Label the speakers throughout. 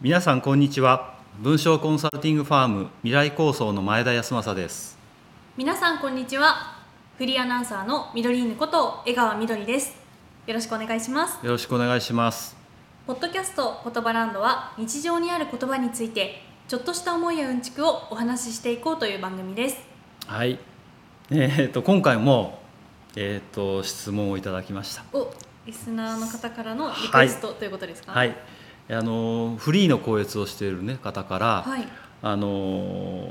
Speaker 1: 皆さんこんにちは文章コンサルティングファーム未来構想の前田康政です
Speaker 2: 皆さんこんにちはフリーアナウンサーのみどりーぬこと江川みどりですよろしくお願いします
Speaker 1: よろしくお願いします
Speaker 2: ポッドキャスト言葉ランドは日常にある言葉についてちょっとした思いやうんちくをお話ししていこうという番組です
Speaker 1: はいえっと今回もえっ、と質問をいただきました
Speaker 2: おリスナーの方からのリクエストということですか
Speaker 1: はいあのフリーの講演をしている、ね、方から、
Speaker 2: はい、
Speaker 1: あの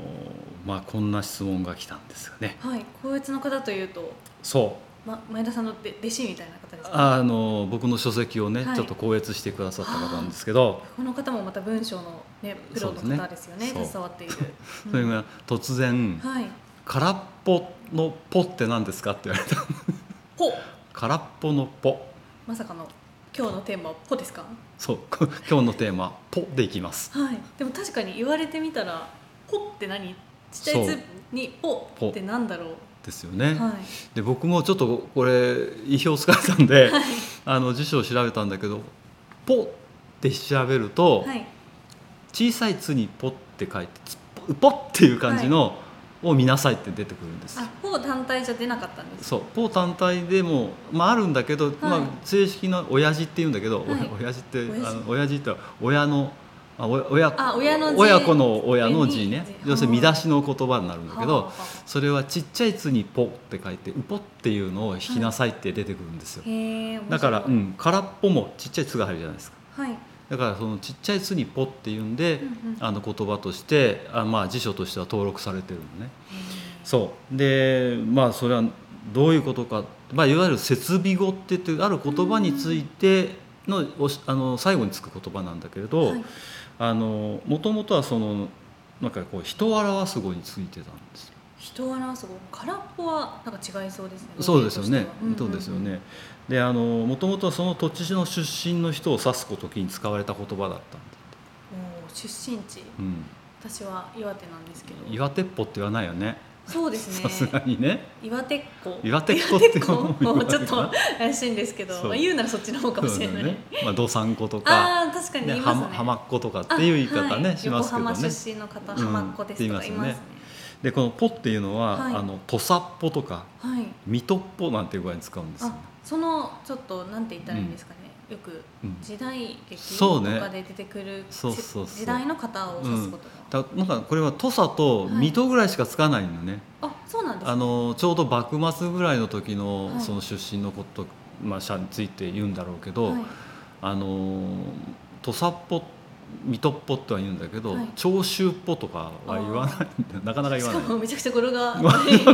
Speaker 1: まあこんな質問が来たんですよね
Speaker 2: はい、高越の方というと、
Speaker 1: そう
Speaker 2: ま、前田さんので弟子みたいな方ですか
Speaker 1: あの僕の書籍をね、
Speaker 2: はい
Speaker 1: ちょっと講演してくださった方なんですけど、
Speaker 2: この方もまた文章の、ね、プロの方ですよね
Speaker 1: そうですねそう
Speaker 2: 携わっている、
Speaker 1: それ
Speaker 2: うん
Speaker 1: が突然
Speaker 2: はい
Speaker 1: 「空っぽのぽって何ですか?」って言われた
Speaker 2: ほ
Speaker 1: 「空っぽのぽ」
Speaker 2: まさかの今日のテーマは「ポ」ですか
Speaker 1: そう こ今日のテーマ「ぽ」でいきます
Speaker 2: はい、でも確かに言われてみたら「ポ」って何ちっちゃい「
Speaker 1: そう
Speaker 2: つ」に「ポ」ってなんだろう
Speaker 1: ですよね、
Speaker 2: はい、
Speaker 1: で僕もちょっとこれ意表をつかれたんで、 あの辞書を調べたんだけど「ぽ」って調べると、
Speaker 2: はい、
Speaker 1: 小さい「つ」に「ぽ」って書いて「つっぽうぽ」っていう感じの、を見なさいって出てくるんですよ
Speaker 2: あ「ポ」単体じゃ出なかったんです
Speaker 1: そうポー単体でも、まあ、あるんだけど、まあ、正式な親父っていうんだけど、お
Speaker 2: はい
Speaker 1: 親父って
Speaker 2: 親父
Speaker 1: あの親父って親のあお親
Speaker 2: あ親の字
Speaker 1: 親子の親の字ね
Speaker 2: 上に字
Speaker 1: 要するに見出しの言葉になるんだけ
Speaker 2: はあは
Speaker 1: ど
Speaker 2: あ
Speaker 1: それはちっちゃい「つ」に「ぽ」って書いて「うぽ」っていうのを引きなさいって出てくるんですよ、
Speaker 2: へえ
Speaker 1: だから、う
Speaker 2: 面
Speaker 1: ん、空っぽもちっちゃい「つ」が入るじゃないですか
Speaker 2: 白いはい
Speaker 1: だからそのちっちゃい「つ」に「ぽ」っていうんで、
Speaker 2: うんうん
Speaker 1: あの言葉としてあ、まあ、辞書としては登録されてるのね
Speaker 2: へえ
Speaker 1: そうでまあそれはどういうことか、まあ、いわゆる設備語って言ってある言葉についてのおしあの最後につく言葉なんだけれど
Speaker 2: はい
Speaker 1: もともとはそのなんかこう人を表す語についてたんですよ
Speaker 2: 人を表す語空っぽはなんか違いそうですね
Speaker 1: そうですよね
Speaker 2: 語源
Speaker 1: そう
Speaker 2: としては
Speaker 1: ですよねであのもともとはその土地の出身の人を指す時に使われた言葉だったんだ
Speaker 2: うんうんうんおー出身地
Speaker 1: う
Speaker 2: 私は岩手なんですけど
Speaker 1: ん、岩手っぽって言わないよね
Speaker 2: そうです
Speaker 1: さすが
Speaker 2: ね
Speaker 1: にね
Speaker 2: 岩手っ子
Speaker 1: 岩手っ子って
Speaker 2: 岩手っ子
Speaker 1: 言わ
Speaker 2: も
Speaker 1: ない
Speaker 2: ちょっ
Speaker 1: かな
Speaker 2: と怪しいんですけど、
Speaker 1: そう
Speaker 2: まあ、言うならそっちの方かもしれな
Speaker 1: そ
Speaker 2: いう
Speaker 1: だよねまあ、道産語とか
Speaker 2: ああ確かに言い
Speaker 1: ね、
Speaker 2: ますね
Speaker 1: 浜浜っ子とかっていう言い方ね、
Speaker 2: あはい
Speaker 1: しますけど
Speaker 2: 横浜
Speaker 1: ね。
Speaker 2: 出身の方
Speaker 1: うん
Speaker 2: 浜っ子ですとか
Speaker 1: って言
Speaker 2: 言い
Speaker 1: います
Speaker 2: ま
Speaker 1: ね
Speaker 2: すね。
Speaker 1: でこの「ぽ」っていうのは「
Speaker 2: はい
Speaker 1: あの土佐っぽ」とか
Speaker 2: はい。
Speaker 1: 「水戸っぽ」なんていう具合に使うんですよ、
Speaker 2: あ、そのちょっとなんて言ったらいいんですかね。よく
Speaker 1: うん
Speaker 2: 時代劇
Speaker 1: そう
Speaker 2: と
Speaker 1: ね
Speaker 2: かで出てくる
Speaker 1: そうそうそう
Speaker 2: 時代の方を指すことが。
Speaker 1: だなんかこれは土佐と水戸ぐらいしかつかないのね、
Speaker 2: あ、そうなんです
Speaker 1: あ
Speaker 2: ね。
Speaker 1: のちょうど幕末ぐらいの時の
Speaker 2: はい
Speaker 1: その出身のこと、まあ、社について言うんだろうけど、
Speaker 2: はい
Speaker 1: あの土佐っぽ水戸っぽっては言うんだけど、
Speaker 2: はい
Speaker 1: 長州っぽとかは言わないんだよなかなか言
Speaker 2: し
Speaker 1: わ
Speaker 2: か
Speaker 1: ない
Speaker 2: もめちゃくちゃ語呂 が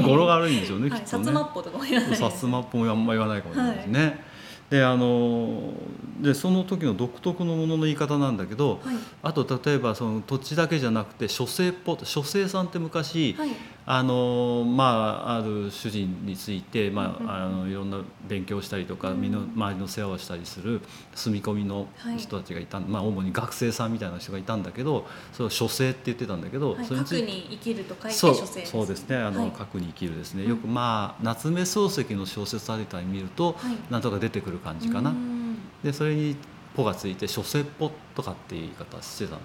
Speaker 1: 語呂が悪いんでしょうね、
Speaker 2: はい
Speaker 1: きっ
Speaker 2: 薩
Speaker 1: とね。
Speaker 2: 摩っぽとかも言わない。
Speaker 1: さつまっぽもあんまり言わないかもしれないですね。であのでその時の独特のものの言い方なんだけど
Speaker 2: はい
Speaker 1: あと例えばその土地だけじゃなくて書生っぽ書生さんって昔、
Speaker 2: はい
Speaker 1: あのまあある主人について、ま
Speaker 2: うんうん
Speaker 1: あ、あのいろんな勉強したりとか
Speaker 2: うん
Speaker 1: 身の周りの世話をしたりする住み込みの
Speaker 2: はい
Speaker 1: 人たちがいた、まあ、主に学生さんみたいな人がいたんだけどそれを書生って言ってたんだけど、
Speaker 2: はい。
Speaker 1: それについ
Speaker 2: 核
Speaker 1: て
Speaker 2: に生きると書いて
Speaker 1: そ
Speaker 2: 書
Speaker 1: う
Speaker 2: 生
Speaker 1: そうですねあの、
Speaker 2: はい
Speaker 1: 核に生きるですね
Speaker 2: うん
Speaker 1: よくまあ夏目漱石の小説あたり見ると、
Speaker 2: はい
Speaker 1: なんとか出てくる感じか
Speaker 2: う
Speaker 1: な
Speaker 2: ーん
Speaker 1: でそれに「ぽ」がついて「書生っぽ」とかっていう言い方してたの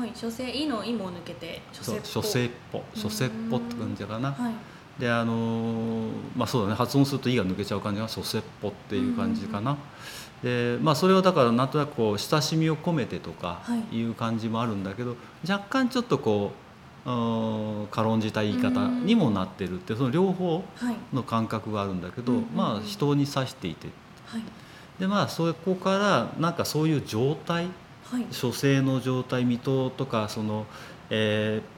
Speaker 1: ね
Speaker 2: はい、書生いのいも抜けて書
Speaker 1: そ
Speaker 2: 生
Speaker 1: う
Speaker 2: っぽ
Speaker 1: 書生っぽ
Speaker 2: うん
Speaker 1: 書生っぽって感じかな
Speaker 2: はい。
Speaker 1: であのーまあそうだね発音すると「い」が抜けちゃう感じが「書生っぽ」っていう感じかなでまあそれはだからなんとなくこう親しみを込めてとか
Speaker 2: はい
Speaker 1: いう感じもあるんだけど若干ちょっとこううーん軽んじた言い方にもなってるってその両方
Speaker 2: はい
Speaker 1: の感覚があるんだけど、
Speaker 2: うんうんうん
Speaker 1: まあ人に指していて
Speaker 2: はい
Speaker 1: でまあそこからなんかそういう状態
Speaker 2: はい
Speaker 1: 書生の状態水戸とかその、えー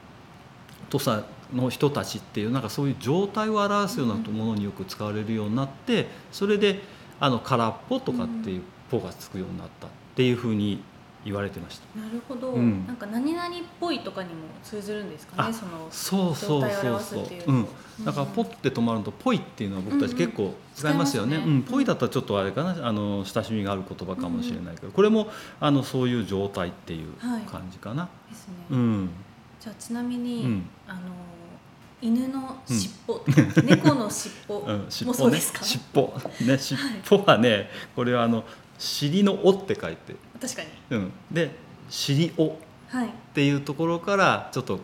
Speaker 1: 土佐の人たちっていうなんかそういう状態を表すような
Speaker 2: うんうん
Speaker 1: ものによく使われるようになってそれであの空っぽとかっていう「ぽ」がつくようになったっていうふうに言われてました。
Speaker 2: なるほど、
Speaker 1: うん
Speaker 2: なんか何々っぽいとかにも通ずるんですか
Speaker 1: あ
Speaker 2: ねその
Speaker 1: そうそう
Speaker 2: 状態
Speaker 1: そ
Speaker 2: を
Speaker 1: う
Speaker 2: 表す
Speaker 1: そう
Speaker 2: っていう。
Speaker 1: う
Speaker 2: と
Speaker 1: ん。だからポって止まるのとポイっていうのは僕たち結構使いますよね。
Speaker 2: うん
Speaker 1: う
Speaker 2: うん
Speaker 1: ん、ポイだったらちょっとあれかな、あの親しみがある言葉かもしれないけど、これもあのそういう状態っていう
Speaker 2: はい
Speaker 1: 感じかな。
Speaker 2: ですね、
Speaker 1: うん、
Speaker 2: じゃあちなみに、
Speaker 1: うん
Speaker 2: あの犬の尻尾、猫の尻尾
Speaker 1: うん、尻
Speaker 2: も
Speaker 1: 尾
Speaker 2: そう
Speaker 1: ね、
Speaker 2: ですか、
Speaker 1: 尻尾ね、尻尾はね、これはあの尻の尾って書いて、
Speaker 2: 確かに
Speaker 1: うん、でしりおっ
Speaker 2: はい
Speaker 1: ていうところからちょっと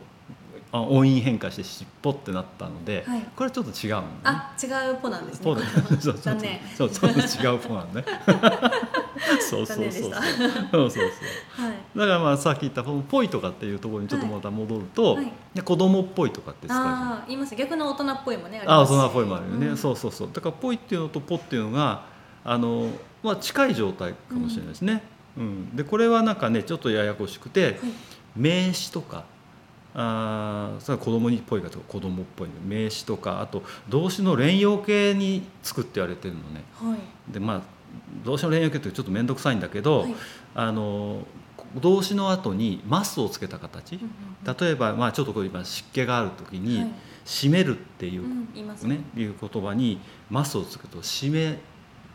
Speaker 1: あ音韻変化してしっぽってなったので、
Speaker 2: はい
Speaker 1: これはちょっと違うのね。
Speaker 2: あ違うポなんですね
Speaker 1: そうだねそうそう
Speaker 2: 残念
Speaker 1: そうちょっと違うポなん ね。そうそうそうそう。そうそうそう。
Speaker 2: 残はい
Speaker 1: だからまあさっき言ったこのぽいとかっていうところにちょっとまた戻ると、
Speaker 2: はいはい
Speaker 1: で子供っぽいとかって使うじゃない
Speaker 2: ああ言います逆の大人っぽいもねあり
Speaker 1: あ
Speaker 2: ます
Speaker 1: そんなぽいもあるよね、
Speaker 2: うん
Speaker 1: そうそうそうだからぽいっていうのとぽっていうのがあの、まあ、近い状態かもしれないですね、うんでこれはなんかねちょっとややこしくて、名詞とかあーそれは子供にっぽいかとか子供っぽいね名詞とかあと動詞の連用形につくって言われてるのね
Speaker 2: はい
Speaker 1: でまあ動詞の連用形ってちょっと面倒くさいんだけど、
Speaker 2: はい
Speaker 1: あの動詞の後に「ます」をつけた形、
Speaker 2: うんうん
Speaker 1: 例えば、まあ、ちょっとこう今湿気がある時に「
Speaker 2: はい
Speaker 1: 締める」っていううん
Speaker 2: 言います
Speaker 1: ね、いう言葉に「ます」をつくと「締め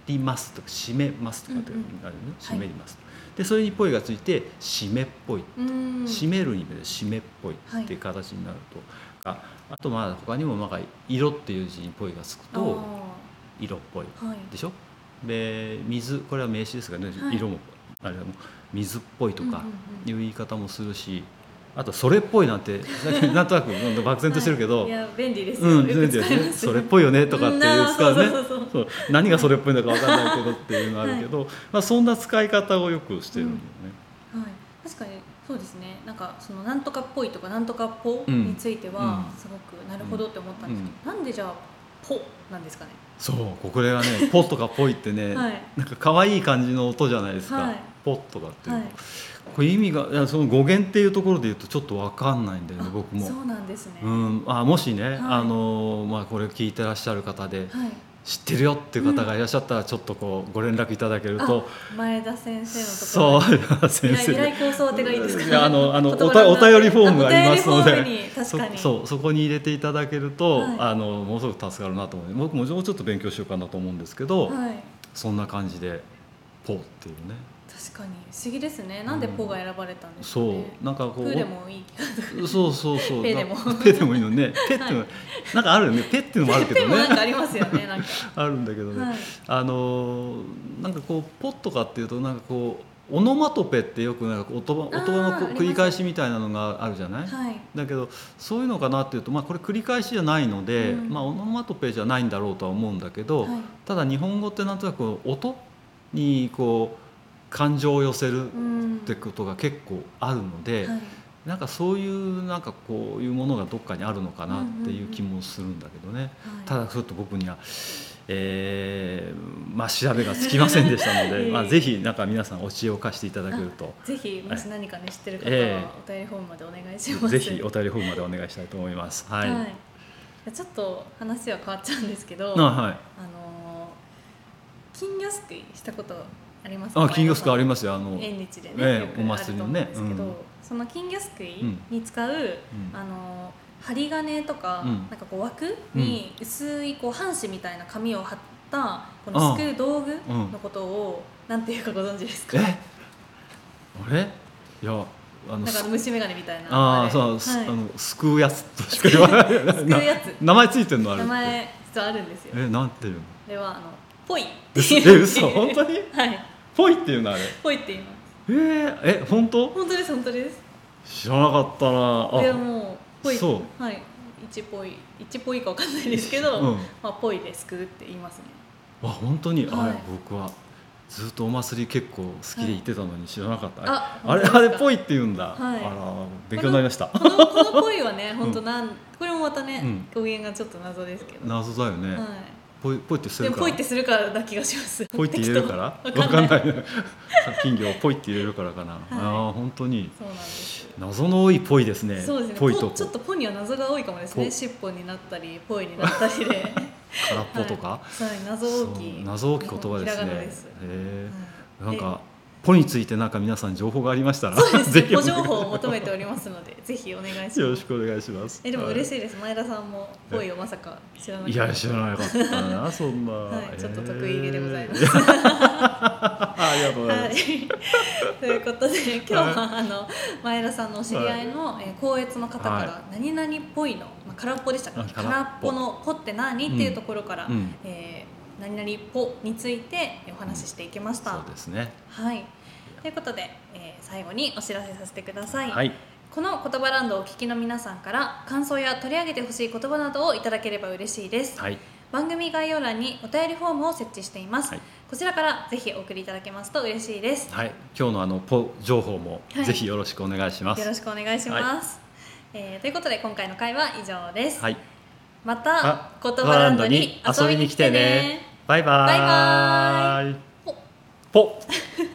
Speaker 1: ります」とか「締めます」とかってあるよね
Speaker 2: う
Speaker 1: 「締めります」でそれに「ぽい」がついて「締めっぽい」
Speaker 2: うん
Speaker 1: 締めるにで「締めっぽい」
Speaker 2: はい
Speaker 1: っていう形になると、ああとまあ他にもなんか「色」っていう字に「ぽい」がつく
Speaker 2: あ
Speaker 1: と「色っぽい
Speaker 2: ーはい」
Speaker 1: でしょで「水」これは名詞ですからね、
Speaker 2: はい
Speaker 1: 色もあれはもう「水っぽい」とか
Speaker 2: うんうんうん
Speaker 1: いう言い方もするし、あと「それっぽい」なんてなんとなく漠然としてるけど。
Speaker 2: はいいや便利ですよ
Speaker 1: うん、全
Speaker 2: よく
Speaker 1: 然
Speaker 2: 使います
Speaker 1: それっぽいよねとかっていう使うね
Speaker 2: うんあーそうそうそう
Speaker 1: そう何がそれっぽいのか分かんないけどっていうのあるけど、まあ、そんな使い方をよくしてるんだよね、
Speaker 2: はい、確かにそうですねなんかそのなんとかっぽいとかなんとかっぽ
Speaker 1: うん
Speaker 2: については
Speaker 1: うん
Speaker 2: すごくなるほどって思ったんですけど、なんでじゃあぽなんですかね
Speaker 1: そうこれがね「ポ」とか「ぽい」ってね、
Speaker 2: はい
Speaker 1: なんか可愛い感じの音じゃないですか「
Speaker 2: はい
Speaker 1: ポ」とかっていう、
Speaker 2: はい
Speaker 1: これ意味がいやその語源っていうところで言うとちょっと分かんないんだよね
Speaker 2: あ
Speaker 1: 僕も。
Speaker 2: そうなんですね、
Speaker 1: う
Speaker 2: は
Speaker 1: ん、あもしね、
Speaker 2: い
Speaker 1: あのまあ、これ聞いてらっしゃる方で
Speaker 2: い
Speaker 1: 知ってるよっていう方がいらっしゃったらちょっとこうご連絡いただけると、
Speaker 2: あ前田先生
Speaker 1: そ
Speaker 2: のところ
Speaker 1: う
Speaker 2: に
Speaker 1: 先生
Speaker 2: 未来構想手がいいですか、
Speaker 1: いやあのあのお
Speaker 2: 言葉
Speaker 1: た
Speaker 2: の
Speaker 1: お
Speaker 2: 中で
Speaker 1: 便りフォームがありますの
Speaker 2: お便りフォーム
Speaker 1: で
Speaker 2: に。確かに
Speaker 1: そそうそこに入れていただけると、
Speaker 2: はい
Speaker 1: あのものすごく助かるなと思います僕ももうちょっと勉強しようかなと思うんですけど、
Speaker 2: はい
Speaker 1: そんな感じでポっていうね
Speaker 2: 確かに不思議ですねなんでぽが選ばれたんですか
Speaker 1: そ
Speaker 2: ね、
Speaker 1: うなんかこ
Speaker 2: プ
Speaker 1: う
Speaker 2: ーでもいいけど
Speaker 1: そうそうそう
Speaker 2: ペでも
Speaker 1: なペでもいいの ねペっていうの、なんかあるよねペっていうのもあるけ
Speaker 2: ペ
Speaker 1: ど
Speaker 2: ンもなんか
Speaker 1: ね
Speaker 2: あります よねなんか
Speaker 1: あるんだけどね、
Speaker 2: はい
Speaker 1: あのーなんかこうポとかっていうとなんかこうオノマトペってよくなんか音音
Speaker 2: あ
Speaker 1: のこ
Speaker 2: ーあり
Speaker 1: う
Speaker 2: ます
Speaker 1: 繰り返しみたいなのがあるじゃない、
Speaker 2: はい
Speaker 1: だけどそういうのかなっていうと、まあ、これ繰り返しじゃないので、
Speaker 2: うん
Speaker 1: まあ、オノマトペじゃないんだろうとは思うんだけど、
Speaker 2: はい
Speaker 1: ただ日本語ってなんとなく音にこう感情を寄せる
Speaker 2: うん
Speaker 1: ってことが結構あるので、
Speaker 2: はい
Speaker 1: なんかそういうなんかこういうものがどっかにあるのかなっていう気もするんだけどね、
Speaker 2: はい
Speaker 1: ただちょっと僕には、えーまあ、調べがつきませんでしたの
Speaker 2: いえい
Speaker 1: で、
Speaker 2: え
Speaker 1: まあ、ぜひなんか皆さんお知恵を貸していただけると。
Speaker 2: ぜひもし何かね知ってる方
Speaker 1: え
Speaker 2: はお便りフォームまでお願いします。
Speaker 1: ぜひお便りフォームまでお願いしたいと思います。は。
Speaker 2: はいい。ちょっと話は変わっちゃうんですけど、
Speaker 1: な
Speaker 2: あ
Speaker 1: はい。
Speaker 2: のー金魚すくいしたことありますか？
Speaker 1: あ、金魚すくいあり
Speaker 2: ま
Speaker 1: ますよ。あの、
Speaker 2: 縁日でね、
Speaker 1: ええ
Speaker 2: よく
Speaker 1: お祭りのね
Speaker 2: あると思うんですけど、
Speaker 1: うん
Speaker 2: その金魚すくいに使う、
Speaker 1: ん
Speaker 2: あのー針金とか、
Speaker 1: うん
Speaker 2: なんかこう枠に薄いこう半紙みたいな紙を貼ったこのすくう道具のことを、なんていうかご存知ですか？
Speaker 1: え、あれ？いや、あの
Speaker 2: なんかあの
Speaker 1: す
Speaker 2: 虫眼鏡みたいな
Speaker 1: あ
Speaker 2: れ
Speaker 1: あ、そう、す
Speaker 2: はい
Speaker 1: あのすくうやつとしか言わない。
Speaker 2: すくうやつ
Speaker 1: な名前ついてんのあれっ
Speaker 2: 名
Speaker 1: て。
Speaker 2: 前実はあるんですよ
Speaker 1: え、なんていうの？
Speaker 2: これはあのポイって
Speaker 1: 嘘
Speaker 2: い
Speaker 1: え、
Speaker 2: う
Speaker 1: 嘘、本当に？
Speaker 2: はい
Speaker 1: ぽいっていうのあれ。
Speaker 2: ポイって言います
Speaker 1: えー、え、本当？
Speaker 2: 本当です本当です
Speaker 1: 知らなかったな。
Speaker 2: いや
Speaker 1: あ、
Speaker 2: もうポイ
Speaker 1: そ
Speaker 2: はい一ポイ一ポイかわかんないですけど、
Speaker 1: うん
Speaker 2: まあポイですくうって言いますね
Speaker 1: あ、本当に。あ
Speaker 2: はい
Speaker 1: れ、僕は。ずっとお祭り結構好きで行ってたのに知らなかった、
Speaker 2: あ
Speaker 1: あれ
Speaker 2: 本当
Speaker 1: あ
Speaker 2: で
Speaker 1: れ
Speaker 2: すか
Speaker 1: っぽいって言うんだ、
Speaker 2: はい
Speaker 1: あら勉強になりました
Speaker 2: このこのポイはね本当なん、これもまたね、
Speaker 1: うん
Speaker 2: 表現がちょっと謎ですけど
Speaker 1: 謎だよね、
Speaker 2: は
Speaker 1: ぽいぽいってす
Speaker 2: いで
Speaker 1: る
Speaker 2: も
Speaker 1: から
Speaker 2: ポイってするからな気がします
Speaker 1: ポイって入れるからわ
Speaker 2: 適当わ
Speaker 1: かん
Speaker 2: い
Speaker 1: ないね金魚をポイって入れるからかな、ああ本当に
Speaker 2: そうなんです
Speaker 1: 謎の多いポイですね
Speaker 2: そうですね
Speaker 1: ポイと
Speaker 2: ポ
Speaker 1: こ
Speaker 2: ちょっとポには謎が多いかもですね
Speaker 1: ポ
Speaker 2: 尻尾になったりポイになった りで
Speaker 1: 空っぽとか、
Speaker 2: はい、はい謎大き
Speaker 1: そう
Speaker 2: い
Speaker 1: 謎大きい言葉で
Speaker 2: ひ
Speaker 1: す
Speaker 2: ら
Speaker 1: ね
Speaker 2: がな
Speaker 1: へえ
Speaker 2: はい
Speaker 1: なんかポについてなんか皆さん情報がありましたら
Speaker 2: そうです ね。ご
Speaker 1: お願い
Speaker 2: 情報を求めておりますので、ぜひお願いします。
Speaker 1: よろしくお願いします
Speaker 2: えでも嬉
Speaker 1: は
Speaker 2: しいです。前田さんもポイをまさか知らないい。
Speaker 1: いや知らなかった なそんな、
Speaker 2: はい、ちょっと得
Speaker 1: へ
Speaker 2: 意
Speaker 1: え
Speaker 2: げでござい
Speaker 1: い
Speaker 2: ます。
Speaker 1: や
Speaker 2: は
Speaker 1: ありがとうございます、
Speaker 2: い。ということで、今日はあの前田さんのお知り合いの、えー高越の方から、
Speaker 1: は
Speaker 2: 何々っぽいの、まあ、空っぽでしたか、ね、
Speaker 1: あ
Speaker 2: 空
Speaker 1: 空
Speaker 2: っ
Speaker 1: っぽ
Speaker 2: ぽのぽって何っていうところから、
Speaker 1: うん
Speaker 2: えー何々っぽについてお話ししていきました。
Speaker 1: そうですね
Speaker 2: はい。ということで、えー最後にお知らせさせてください、
Speaker 1: はい、
Speaker 2: この言葉ランドをお聞きの皆さんから感想や取り上げてほしい言葉などをいただければ嬉しいです、
Speaker 1: はい、
Speaker 2: 番組概要欄にお便りフォームを設置しています、
Speaker 1: はい
Speaker 2: こちらからぜひお送りいただけますと嬉しいです
Speaker 1: はい、今日のあのポ情報も
Speaker 2: はい
Speaker 1: ぜひよろしくお願いします。
Speaker 2: よろしくお願いします、えーということで今回の会は以上です、
Speaker 1: はい、
Speaker 2: ま
Speaker 1: あ
Speaker 2: た言葉ランドに遊びに来てね。
Speaker 1: バイバーイ。
Speaker 2: バイバ
Speaker 1: ポッ